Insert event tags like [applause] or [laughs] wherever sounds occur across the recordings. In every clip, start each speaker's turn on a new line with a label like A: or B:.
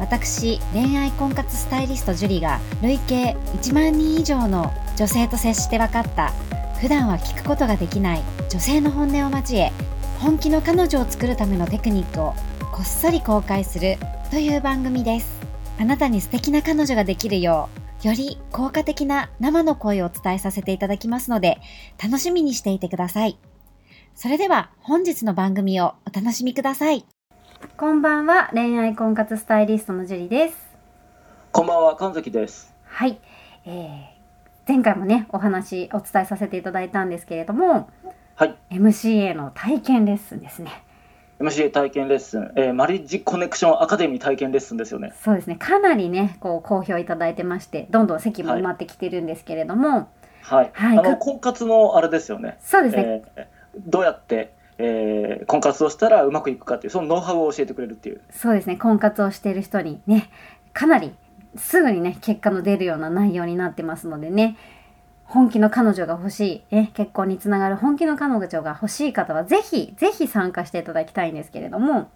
A: 私恋愛婚活スタイリストジュリが累計1万人以上の女性と接して分かった普段は聞くことができない女性の本音を交え本気の彼女を作るためのテクニックをこっそり公開するという番組ですあなたに素敵な彼女ができるようより効果的な生の声をお伝えさせていただきますので楽しみにしていてくださいそれでは本日の番組をお楽しみくださいこんばんは恋愛婚活スタイリストのジュリです
B: こんばんは、神崎です。
A: はい、えー前回もねお話お伝えさせていただいたんですけれども
B: はい、
A: MCA の体験レッスンですね
B: MCA 体験レッスン、えーマリッジコネクションアカデミー体験レッスンですよね。
A: そうですねかなりねこう好評いただいてましてどんどん席も埋まってきてるんですけれども、
B: はい、
A: はい
B: あ
A: か
B: の婚活のあれですよね。
A: そうですね、
B: えーどうやって、えー婚活をしたらうまくいくかっていう、そのノウハウを教えてくれるっていう。
A: そうですね婚活をしている人にねかなりすぐにね結果の出るような内容になってますのでね本気の彼女が欲しい、ね、結婚につながる本気の彼女が欲しい方はぜひぜひ参加していただきたいんですけれども、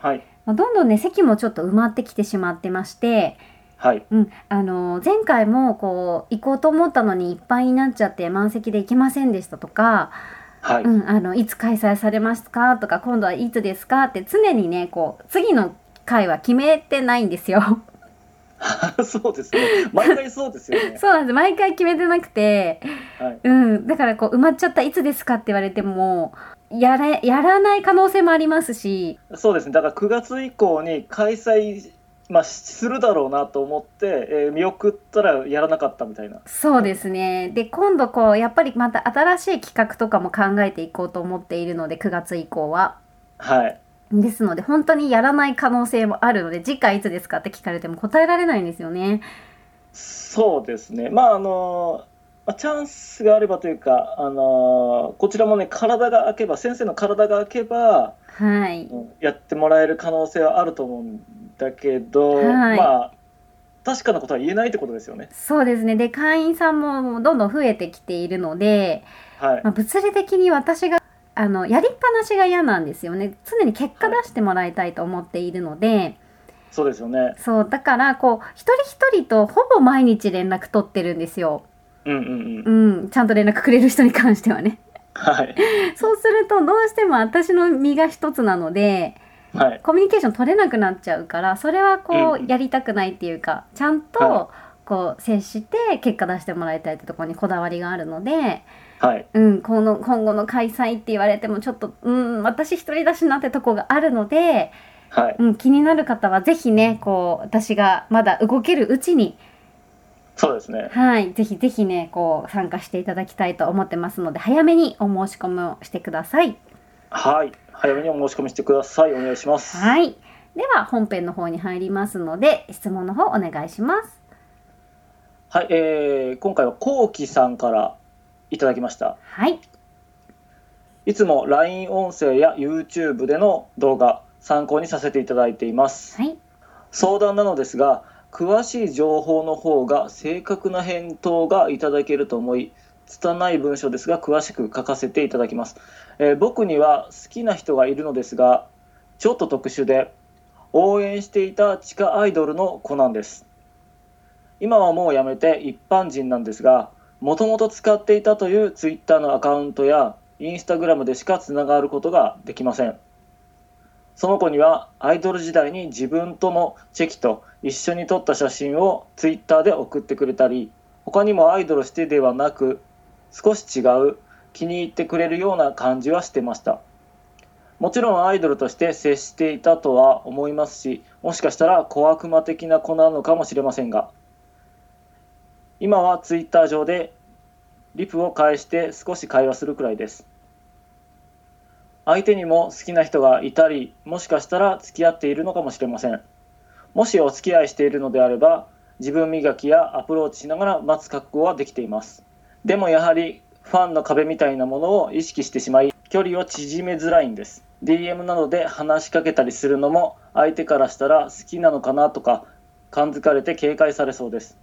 B: はい、
A: まあ、どんどんね席もちょっと埋まってきてしまってまして、
B: はい、
A: うん、あの前回もこう行こうと思ったのにいっぱいになっちゃって満席で行けませんでしたとか、
B: はい、
A: うん、あのいつ開催されますかとか今度はいつですかって常にねこう次の回は決めてないんですよ。
B: [laughs] そうですね。毎回そうですよ
A: [laughs]
B: ね。
A: そうなんです毎回決めてなくて、
B: はい
A: うん、だからこう埋まっちゃったいつですかって言われてもやれやらない可能性もありますし
B: そうですね。だから9月以降に開催。まあ、するだろうなと思って、えー見送ったらやらなかったみたいな。
A: そうですねで今度こうやっぱりまた新しい企画とかも考えていこうと思っているので9月以降は。
B: はい、
A: ですので本当にやらない可能性もあるので次回いつですかって聞かれても答えられないんですよね。
B: そうですね、まああのまあチャンスがあればというか、あのこちらもね、体が空けば、先生の体が空けば、
A: はい、
B: うんやってもらえる可能性はあると思うんだけど、
A: はい
B: まあ、確かなことは言えないってことですよね。
A: そうですねで会員さんももうどんどん増えてきているので、
B: はい、
A: まあ、物理的に私があのやりっぱなしが嫌なんですよね常に結果出してもらいたいと思っているので
B: そうですよね。
A: そうだからこう一人一人とほぼ毎日連絡取ってるんですよ、
B: うんうんう。
A: うんん、ちゃんと連絡くれる人に関しては
B: [laughs]
A: ね
B: はい、
A: そうするとどうしても私の身が一つなので
B: はい、
A: コミュニケーション取れなくなっちゃうからそれはこ
B: うん
A: うやりたくないっていうかちゃんと
B: は
A: こう接して結果出してもらいたいってところにこだわりがあるので、
B: はい、
A: うん、この今後の開催って言われてもちょっと、うん、私一人だしなってとこがあるので、
B: はい、
A: うん、気になる方はぜひねこう私がまだ動けるうちに、
B: そうですね。
A: はい、ぜひぜひねこう参加していただきたいと思ってますので早めにお申し込みをしてください。
B: はい、早めにお申し込みしてください。お願いします。
A: はい。では本編の方に入りますので質問の方お願いします。
B: はい、えー今回はこうきさんからいただきました。
A: はい。
B: いつも LINE 音声や YouTube での動画参考にさせていただいています
A: はい。
B: 相談なのですが詳しい情報の方が正確な返答がいただけると思い拙い文章ですが詳しく書かせていただきます、えー僕には好きな人がいるのですがちょっと特殊で応援していた地下アイドルの子なんです今はもうやめて一般人なんですがもともと使っていたというツイッターのアカウントやインスタグラムでしかつながることができませんその子にはアイドル時代に自分とのチェキと一緒に撮った写真をツイッターで送ってくれたり他にもアイドルしてではなく少し違う気に入ってくれるような感じはしてましたもちろんアイドルとして接していたとは思いますしもしかしたら小悪魔的な子なのかもしれませんが今はツイッター上でリプを返して少し会話するくらいです相手にも好きな人がいたりもしかしたら付き合っているのかもしれませんもしお付き合いしているのであれば自分磨きやアプローチしながら待つ覚悟はできていますでもやはりファンの壁みたいなものを意識してしまい距離を縮めづらいんです DM などで話しかけたりするのも相手からしたら好きなのかなとか感づかれて警戒されそうです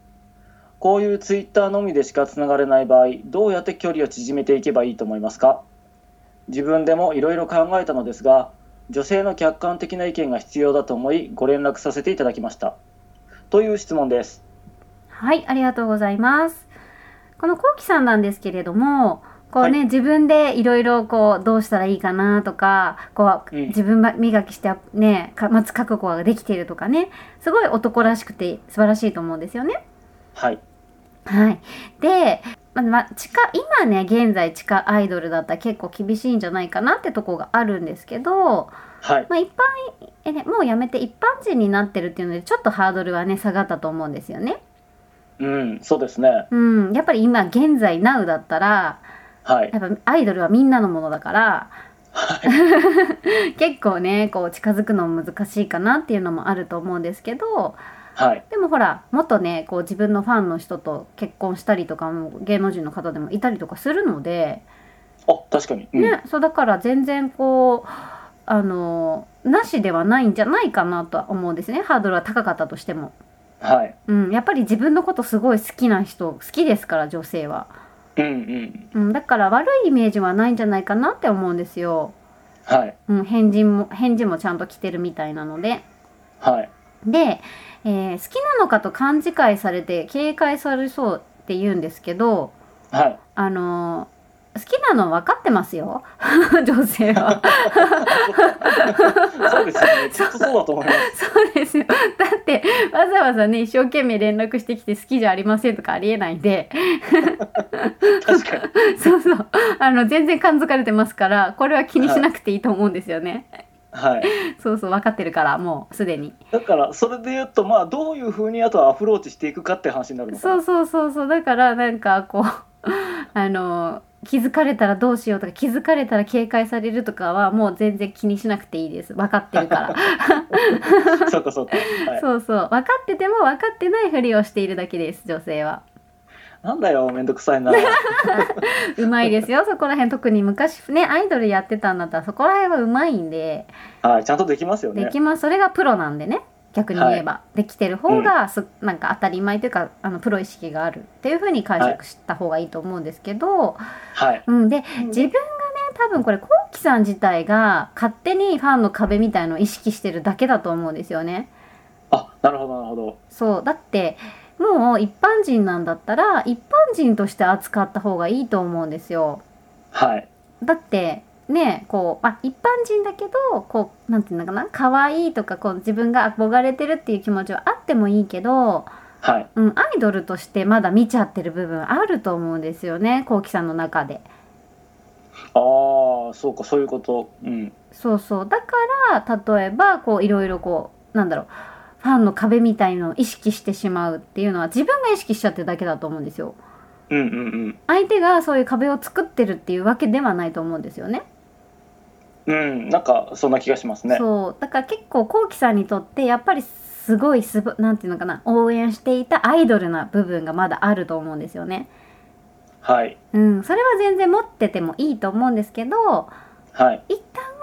B: こういうツイッターのみでしかつながれない場合どうやって距離を縮めていけばいいと思いますか自分でもいろいろ考えたのですが女性の客観的な意見が必要だと思いご連絡させていただきましたという質問です
A: はい、ありがとうございます。このこうきさんなんですけれども、こうね、
B: は
A: 自分でいろいろこう、どうしたらいいかなとか、こう、
B: うん
A: 自分磨きしてね、か待つ覚悟ができているとかね、すごい男らしくて素晴らしいと思うんですよね。
B: はい
A: はい。で、まま地下、今ね、現在地下アイドルだったら結構厳しいんじゃないかなってとこがあるんですけど、
B: はい
A: まあ一般、えね、もうやめて一般人になってるっていうので、ちょっとハードルはね、下がったと思うんですよね。
B: うんそうですね
A: うん、やっぱり今現在 NOW だったら
B: はい
A: やっぱアイドルはみんなのものだから
B: はい
A: 結構ねこう近づくのも難しいかなっていうのもあると思うんですけど
B: はい
A: でもほらもっとねこう自分のファンの人と結婚したりとかも芸能人の方でもいたりとかするので、
B: あ確かに、うん
A: ねそうだから全然こうあのなしではないんじゃないかなとは思うんですねハードルは高かったとしても、
B: はい
A: うん、やっぱり自分のことすごい好きな人好きですから女性は。
B: うんうん
A: うん、だから悪いイメージはないんじゃないかなって思うんですよ。
B: はい
A: うん、返事も、返事もちゃんと来てるみたいなので。
B: はい
A: で、えー好きなのかと勘違いされて警戒されそうって言うんですけど、
B: はい
A: あのー好きなの分かってますよ。 [laughs] 女性は。
B: そうです
A: [laughs]
B: よねきっとそうだと思います
A: そうですよ。だって、わざわざね、一生懸命連絡してきて好きじゃありませんとかありえないんで、 [laughs]
B: 確かに
A: そうそう。あの、全然感づかれてますから、これは気にしなくていいと思うんですよね。
B: はい
A: そうそう、分かってるから、もうすでに。
B: だからそれで言うとまあどういうふうにあとはアプローチしていくかって話になるのか
A: そう
B: な
A: そうそうそうだからなんかこう [laughs] あの気づかれたらどうしようとか気づかれたら警戒されるとかはもう全然気にしなくていいです分かってる
B: [laughs]
A: から、
B: そうかそうか、はい、
A: そうそう分かってても分かってないふりをしているだけです女性は
B: なんだよめんどくさいな
A: うまいです
B: [laughs]
A: よそこら辺特に昔ねアイドルやってたんだったらそこら辺はうまいんで
B: はいちゃんとできますよ
A: で
B: ね
A: きますそれがプロなんでね逆に言えば、できてる方がす、なんか当たり前というかあのプロ意識があるっていうふうに解釈した方がいいと思うんですけど、
B: はい
A: うん、で自分がね多分これこうきさん自体が勝手にファンの壁みたいのを意識してるだけだと思うんですよね。
B: あなるほどなるほど
A: そうだってもう一般人なんだったら一般人として扱った方がいいと思うんですよ。
B: はい
A: だってねこうあ一般人だけどこうなんていうのかな可愛いとかこう自分が憧れてるっていう気持ちはあってもいいけど、
B: はい
A: うん、アイドルとしてまだ見ちゃってる部分あると思うんですよねこうきさんの中で。
B: ああそうかそういうことうん
A: そうそうだから例えばこういろいろこうなんだろうファンの壁みたいのを意識してしまうっていうのは自分が意識しちゃってるだけだと思うんですよ
B: うんうん
A: 相手がそういう壁を作ってるっていうわけではないと思うんですよね
B: うんうんなんかそんな気がしますね
A: そうだから結構こうきさんにとってやっぱりすごいすばなんていうのかな応援していたアイドルな部分がまだあると思うんですよね
B: はい
A: うんそれは全然持っててもいいと思うんですけど
B: はい
A: 一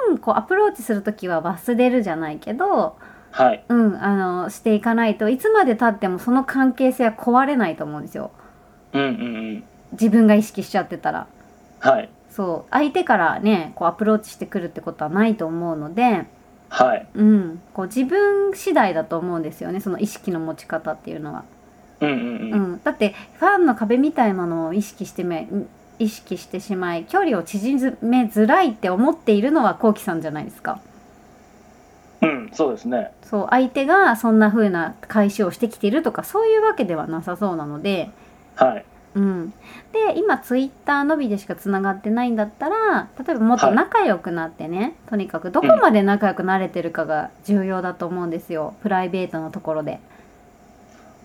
A: 旦こうアプローチする時は忘れるじゃないけど
B: はい
A: うん、あのしていかないといつまでたってもその関係性は壊れないと思うんですよ
B: うんうんうん
A: 自分が意識しちゃってたら
B: はい
A: そう相手からねこうアプローチしてくるってことはないと思うので、
B: はい
A: うん、こう自分次第だと思うんですよねその意識の持ち方っていうのは、
B: うんうん
A: う
B: うん
A: ん、だってファンの壁みたいなのを意識してめ意識してしまい距離を縮めづらいって思っているのはこうきさんじゃないですか
B: うんそうですね
A: そう相手がそんな風な解消をしてきているとかそういうわけではなさそうなので、
B: はい
A: うん、で今ツイッターのみでしかつながってないんだったら例えばもっと仲良くなってね、とにかくどこまで仲良くなれてるかが重要だと思うんですよ、プライベートのところで。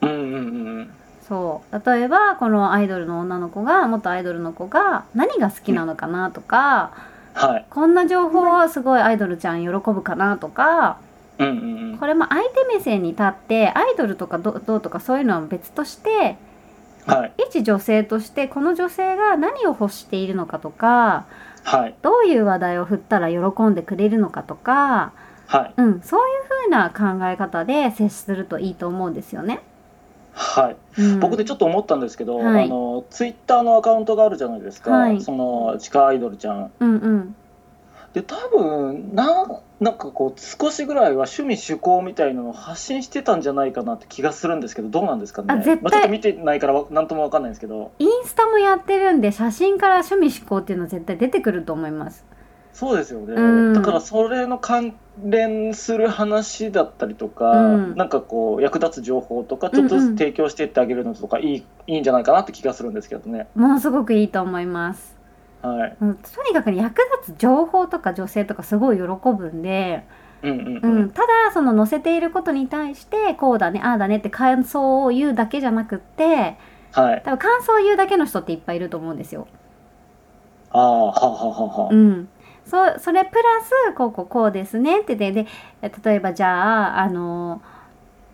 B: うんうんうんうん
A: そう例えばこのアイドルの女の子が元アイドルの子が何が好きなのかなとか、
B: はい
A: こんな情報はすごいアイドルちゃん喜ぶかなとか、
B: うんうんうん
A: これも相手目線に立ってアイドルとかどどうとかそういうのは別として
B: はい
A: 一女性としてこの女性が何を欲しているのかとか
B: はい
A: どういう話題を振ったら喜んでくれるのかとか、
B: は
A: う
B: い
A: ん、そういう風な考え方で接するといいと思うんですよね。
B: はい
A: うん、
B: 僕でちょっと思ったんですけど、
A: はい
B: あのツイッターのアカウントがあるじゃないですか、
A: はい
B: その地下アイドルちゃん
A: うんうん
B: で多分ななんかこう少しぐらいは趣味趣向みたいなのを発信してたんじゃないかなって気がするんですけどどうなんですかね
A: あ絶対
B: まあ、ちょっと見てないから何ともわかんないんですけど
A: インスタもやってるんで写真から趣味思考っていうのは絶対出てくると思います。
B: そうですよね、
A: うん
B: だからそれの関連する話だったりとか、
A: うん
B: なんかこう役立つ情報とかちょっと
A: うんう
B: ず
A: ん
B: つ提供していってあげるのとかいい,、んいいんじゃないかなって気がするんですけどね。
A: ものすごくいいと思います。
B: はい、
A: うんとにかくね役立つ情報とか女性とかすごい喜ぶんで、
B: うんうん
A: う
B: うん
A: ん、ただその載せていることに対してこうだねああだねって感想を言うだけじゃなくって
B: はい
A: 多分感想を言うだけの人っていっぱいいると思うんですよ。
B: ああはあはあはあはあ
A: うん、そそれプラスこうこうこうですねってでで例えばじゃああの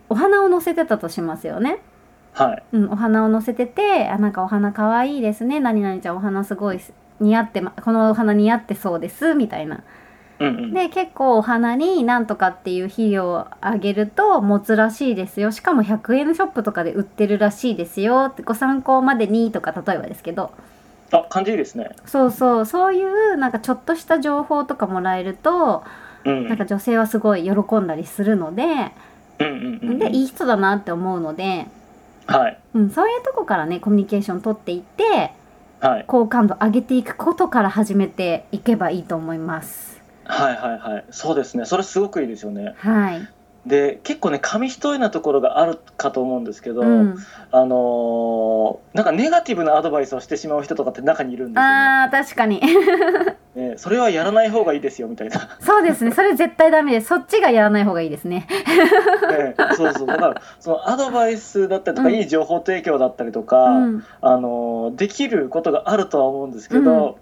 A: お花を載せてたとしますよね。
B: はい
A: うん、お花を載せててあなんかお花かわいいですね何々ちゃんお花すごい似合ってまこのお花似合ってそうですみたいな
B: うんうん
A: で結構お花になんとかっていう肥料をあげると持つらしいですよしかも100円ショップとかで売ってるらしいですよってご参考までにとか例えばですけど
B: あ感じいいですね。
A: そうそうそういうなんかちょっとした情報とかもらえると
B: うん
A: なんか女性はすごい喜んだりするので
B: うんうんうんうん
A: でいい人だなって思うので、
B: はい
A: うん、そういうとこからねコミュニケーション取っていって
B: はい
A: 好感度上げていくことから始めていけばいいと思います。
B: はいはいはいそうですねそれすごくいいですよね
A: はい、
B: で結構ね紙一重なところがあるかと思うんですけど、
A: うん、
B: あのーなんかネガティブなアドバイスをしてしまう人とかって中にいるんですよ
A: あー確かに [laughs]
B: ねねそれはやらない方がいいですよみたいな、
A: そうですね。それ絶対ダメです。そっちがやらない方がいいですね。
B: ね、そうそうだからそのアドバイスだったりとか、
A: うん
B: いい情報提供だったりとか、
A: うん。
B: あのーできることがあるとは思うんですけど、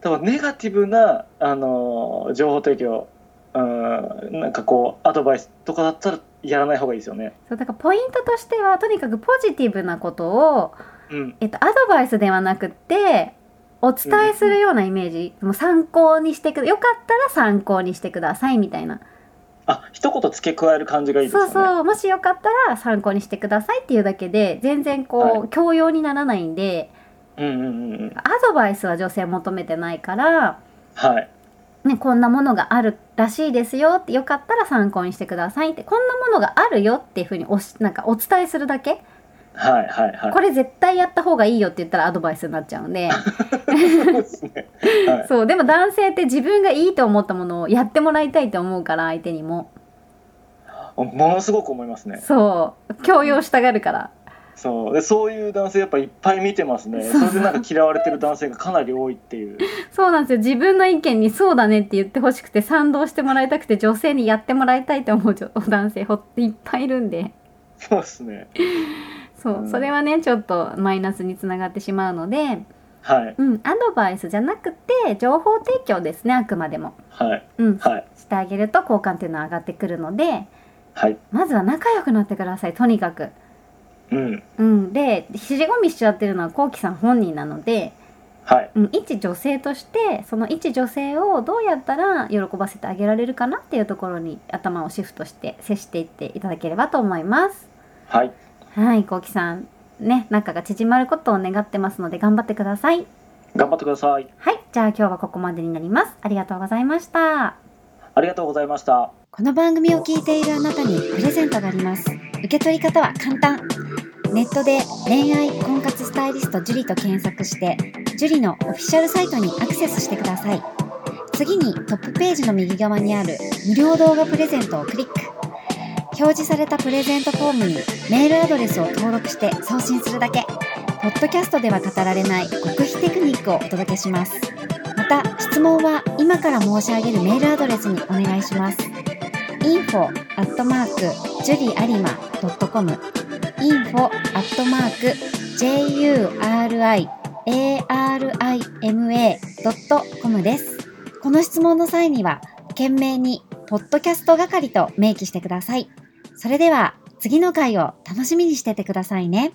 B: 多分ネガティブな、あのー情報提供うんなんかこうアドバイスとかだったらやらない方がいいですよね。
A: そうだからポイントとしてはとにかくポジティブなことを
B: うん、
A: えっとアドバイスではなくってお伝えするようなイメージ、もう参考にしてくだよかったら参考にしてくださいみたいな
B: あ一言付け加える感じがいいですよ
A: そう
B: ね。
A: そうもしよかったら参考にしてくださいっていうだけで全然こう、
B: は
A: 教養にならないんで
B: うんうんうんうん
A: アドバイスは女性は求めてないから、
B: はい
A: ね、こんなものがあるらしいですよってよかったら参考にしてくださいってこんなものがあるよっていうふうにおしなんかお伝えするだけ
B: はいはいはい
A: これ絶対やった方がいいよって言ったらアドバイスになっちゃうんで
B: そうですね。はい、
A: そうでも男性って自分がいいと思ったものをやってもらいたいと思うから相手にも
B: ものすごく思いますね。
A: そう強要したがるから
B: そうでそういう男性やっぱいっぱい見てますね。
A: そ
B: そうれでなんか嫌われてる男性がかなり多いっていう。
A: そうなんですよ自分の意見に「そうだね」って言ってほしくて賛同してもらいたくて女性にやってもらいたいと思う女男性ほいっぱいいるんで
B: そうですね。
A: そう、
B: うん
A: それはねちょっとマイナスにつながってしまうので
B: はい
A: うん、アドバイスじゃなくて情報提供ですねあくまでも、
B: はい
A: うん、
B: はい
A: してあげると好感っていうのは上がってくるので
B: はい。
A: まずは仲良くなってくださいとにかく、
B: うん
A: うん、で尻込みしちゃってるのはこうきさん本人なので、
B: はい
A: うん、一女性としてその一女性をどうやったら喜ばせてあげられるかなっていうところに頭をシフトして接していっていただければと思います
B: はい
A: はいこうきさんね仲が縮まることを願ってますので頑張ってください
B: 頑張ってください。
A: はい、じゃあ今日はここまでになります。ありがとうございました。
B: ありがとうございました。
C: この番組を聞いているあなたにプレゼントがあります受け取り方は簡単ネットで恋愛婚活スタイリスト樹と検索して樹のオフィシャルサイトにアクセスしてください次にトップページの右側にある無料動画プレゼントをクリック表示されたプレゼントフォームにメールアドレスを登録して送信するだけポッドキャストでは語られない極秘テクニックをお届けしますまた質問は今から申し上げるメールアドレスにお願いします info アットマークジュリアリマドットコム info アットマーク juriarima ドットコムですこの質問の際には懸命に
A: ポッドキャスト係と明記してください。それでは次の回を楽しみにしててくださいね。